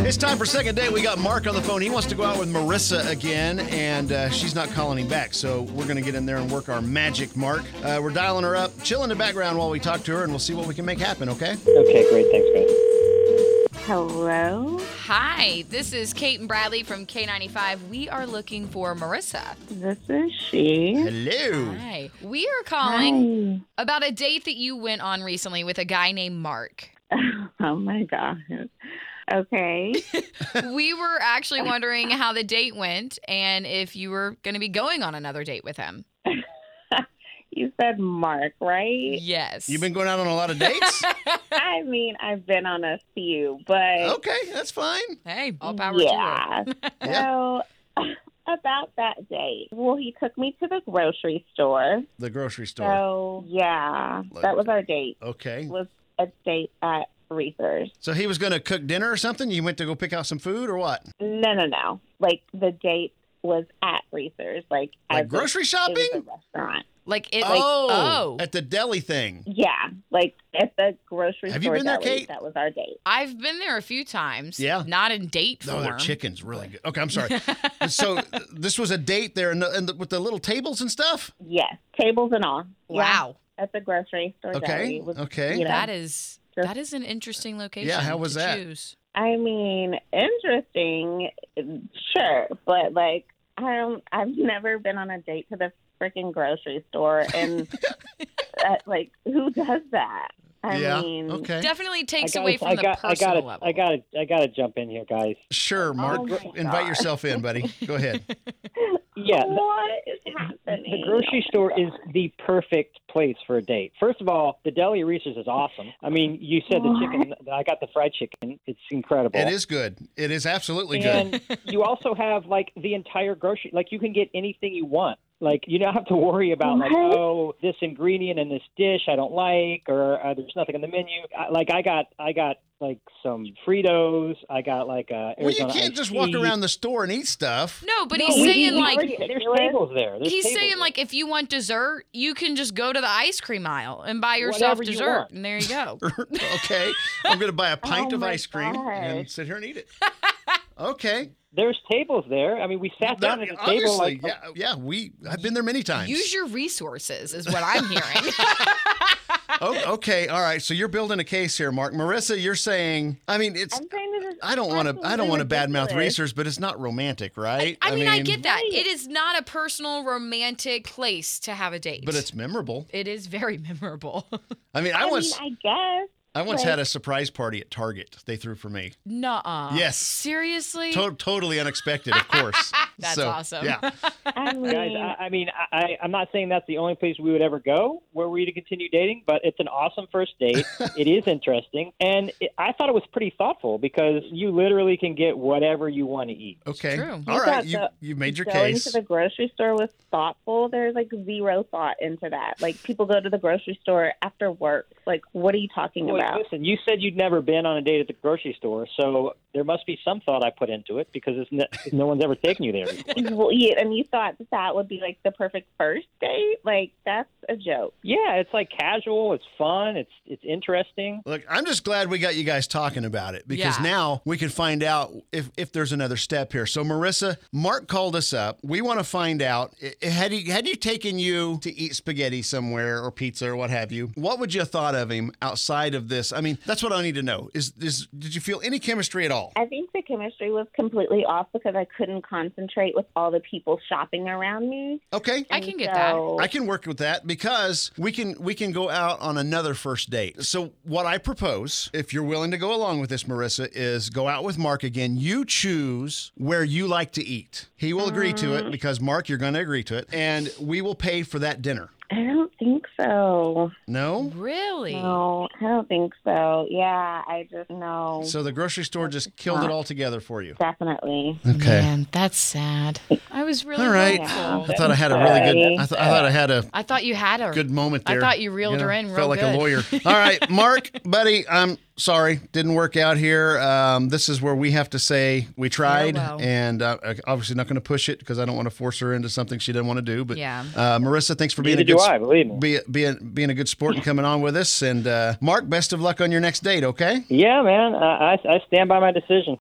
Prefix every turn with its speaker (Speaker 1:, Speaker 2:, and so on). Speaker 1: It's time for second date. We got Mark on the phone. He wants to go out with Marissa again, and uh, she's not calling him back. So we're going to get in there and work our magic, Mark. Uh, we're dialing her up. Chill in the background while we talk to her, and we'll see what we can make happen, okay?
Speaker 2: Okay, great. Thanks, guys.
Speaker 3: Hello,
Speaker 4: Hi, this is Kate and Bradley from K95. We are looking for Marissa.
Speaker 3: this is she.
Speaker 1: Hello.
Speaker 4: Hi. We are calling
Speaker 3: Hi.
Speaker 4: about a date that you went on recently with a guy named Mark.
Speaker 3: Oh my god. Okay.
Speaker 4: we were actually wondering how the date went and if you were going to be going on another date with him.
Speaker 3: you said Mark, right?
Speaker 4: Yes.
Speaker 1: You've been going out on a lot of dates?
Speaker 3: I mean, I've been on a few, but
Speaker 1: okay, that's fine.
Speaker 4: Hey, all power to
Speaker 3: yeah.
Speaker 1: you.
Speaker 3: so about that date, well, he took me to the grocery store.
Speaker 1: The grocery store.
Speaker 3: So yeah,
Speaker 1: Look.
Speaker 3: that was our date.
Speaker 1: Okay.
Speaker 3: It was a date at Reese's.
Speaker 1: So he was going to cook dinner or something? You went to go pick out some food or what?
Speaker 3: No, no, no. Like the date was at Reese's. Like
Speaker 1: Like
Speaker 3: as a-
Speaker 1: grocery shopping?
Speaker 3: It was a restaurant.
Speaker 4: Like it.
Speaker 1: oh,
Speaker 4: Oh.
Speaker 1: at the deli thing.
Speaker 3: Yeah, like at the grocery
Speaker 1: Have you
Speaker 3: store.
Speaker 1: been there,
Speaker 3: deli,
Speaker 1: Kate?
Speaker 3: That was our date.
Speaker 4: I've been there a few times.
Speaker 1: Yeah.
Speaker 4: Not in date
Speaker 1: No,
Speaker 4: form.
Speaker 1: their chicken's really good. Okay, I'm sorry. so this was a date there, and, the, and the, with the little tables and stuff.
Speaker 3: Yes, tables and all. Yeah,
Speaker 4: Wow.
Speaker 3: at the grocery store. deli.
Speaker 1: Okay,
Speaker 3: It was-
Speaker 1: okay.
Speaker 3: you know,
Speaker 4: That is
Speaker 3: Sure.
Speaker 4: that is an interesting location.
Speaker 1: how was
Speaker 4: to
Speaker 1: that?
Speaker 4: Choose.
Speaker 3: I mean, interesting, sure, but like, I don't. I've never been on a date to the freaking grocery store, and uh, like, who does that? I
Speaker 1: yeah.
Speaker 3: mean,
Speaker 1: okay.
Speaker 4: Definitely takes
Speaker 2: I
Speaker 4: away
Speaker 2: guys,
Speaker 4: from
Speaker 2: I
Speaker 4: the
Speaker 2: got, I
Speaker 4: personal
Speaker 2: gotta,
Speaker 4: level.
Speaker 2: I gotta, I gotta jump in here, guys.
Speaker 1: Sure, Mark.
Speaker 3: Oh, my
Speaker 1: invite
Speaker 3: God.
Speaker 1: yourself in, buddy. Go ahead.
Speaker 2: Yeah, the,
Speaker 3: what is happening?
Speaker 2: the grocery store is the perfect place for a date. First of all, the deli at Reese's is awesome. I mean, you said the chicken. I got the fried chicken. It's incredible.
Speaker 1: It is good. It is absolutely good.
Speaker 2: and you also have like the entire grocery like you can get anything you want like you don't have to worry about like
Speaker 3: What?
Speaker 2: oh this ingredient in this dish i don't like or uh, there's nothing on the menu I, like i got i got like some fritos i got like uh
Speaker 1: Well, you
Speaker 2: Arizona
Speaker 1: can't
Speaker 2: iced
Speaker 1: just walk
Speaker 2: tea.
Speaker 1: around the store and eat stuff.
Speaker 4: no, but
Speaker 2: No,
Speaker 4: he's
Speaker 2: we- we
Speaker 4: saying like
Speaker 2: already- there's tables there There's
Speaker 4: he's
Speaker 2: tables
Speaker 4: saying
Speaker 2: there.
Speaker 4: like if you want dessert, you can just go to the ice cream aisle and buy yourself
Speaker 2: Whatever you
Speaker 4: dessert,
Speaker 2: want.
Speaker 4: and there you go.
Speaker 1: okay. I'm going to buy a pint
Speaker 3: Oh
Speaker 1: of
Speaker 3: my
Speaker 1: ice cream and
Speaker 3: gosh.
Speaker 1: sit here and eat it. Okay.
Speaker 2: there's tables there i mean we sat down at a table
Speaker 1: obviously,
Speaker 2: like
Speaker 1: yeah, yeah. We I've been there many times.
Speaker 4: Use your resources is what I'm hearing.
Speaker 1: oh, okay. All right. So you're building a case here, Mark. Marissa, you're saying. I mean, it's.
Speaker 3: I'm saying this is
Speaker 1: I don't want to. I don't want to
Speaker 3: absolutely
Speaker 1: badmouth
Speaker 3: ridiculous.
Speaker 1: racers, but it's not romantic, right?
Speaker 4: I mean, I get that.
Speaker 3: Right.
Speaker 4: It is not a personal romantic place to have a date.
Speaker 1: But it's memorable.
Speaker 4: it is very memorable.
Speaker 1: I mean, I,
Speaker 3: I,
Speaker 1: once
Speaker 3: mean, I guess.
Speaker 1: I once
Speaker 3: like-
Speaker 1: had a surprise party at Target. They threw for me.
Speaker 4: Nuh-uh.
Speaker 1: Yes.
Speaker 4: Seriously?
Speaker 1: To- totally unexpected, of course.
Speaker 4: That's
Speaker 1: So,
Speaker 4: awesome.
Speaker 1: Yeah.
Speaker 3: I mean,
Speaker 2: Guys, I, I mean, I, I- I'm not saying that's the only place we would ever go where we to continue dating, but it's an awesome first date. it is interesting, and it, I thought it was pretty thoughtful because you literally can get whatever you want to eat.
Speaker 1: Okay.
Speaker 4: true.
Speaker 1: All
Speaker 3: You
Speaker 1: right.
Speaker 3: got
Speaker 1: You
Speaker 3: the-
Speaker 1: you made your
Speaker 3: going
Speaker 1: case.
Speaker 3: to the grocery store was thoughtful. There's like zero thought into that. Like people go to the grocery store after work. Like, what are you talking
Speaker 2: Boy,
Speaker 3: about?
Speaker 2: listen, you said you'd never been on a date at the grocery store, so there must be some thought I put into it because it's ne- no one's ever taken you there. before.
Speaker 3: Well, yeah, and you thought that that would be like the perfect first date? Like that's a joke.
Speaker 2: Yeah, it's like casual, it's fun, it's it's interesting.
Speaker 1: Look, I'm just glad we got you guys talking about it because
Speaker 4: Yeah.
Speaker 1: now we can find out if, if there's another step here. So, Marissa, Mark called us up. We want to find out i- i- had he had you taken you to eat spaghetti somewhere or pizza or what have you. What would you have thought of him outside of this? I mean, that's what I need to know. Is is did you feel any chemistry at all?
Speaker 3: I think the chemistry was completely off because I couldn't concentrate with all the people shopping around me.
Speaker 1: Okay.
Speaker 4: I can get that.
Speaker 3: So-
Speaker 1: I can work with that because we can we can go out on another first date. So what I propose, if you're willing to go along with this, Marissa, is go out with Mark again. You choose where you like to eat. He will agree to it because Mark, you're going to agree to it, and we will pay for that dinner.
Speaker 3: I don't think so.
Speaker 1: No.
Speaker 4: Really?
Speaker 3: No, I don't think so. Yeah, I just no.
Speaker 1: So the grocery store just killed it all together for you.
Speaker 3: Definitely.
Speaker 4: Man, that's sad. I was really
Speaker 1: All right.
Speaker 4: hopeful.
Speaker 1: I thought I had a really good. I, th- I thought I had a
Speaker 4: I thought you had her.
Speaker 1: good moment
Speaker 4: I
Speaker 1: there.
Speaker 4: thought you reeled her in real
Speaker 1: Felt like
Speaker 4: good.
Speaker 1: a lawyer. All right, Mark, buddy, I'm sorry, didn't work out here. Um, this is where we have to say
Speaker 4: Oh,
Speaker 1: we tried,
Speaker 4: Farewell.
Speaker 1: and uh, I- obviously not going to push it because I don't want to force her into something she didn't want to do. But
Speaker 4: Yeah.
Speaker 1: uh, Marissa, thanks for being
Speaker 2: Neither
Speaker 1: a good.
Speaker 2: do
Speaker 1: s-
Speaker 2: I, believe me.
Speaker 1: Be, being being a good sport and coming on with us, and uh, Mark, best of luck on your next date. Okay.
Speaker 2: Yeah, man, I, I I stand by my decision.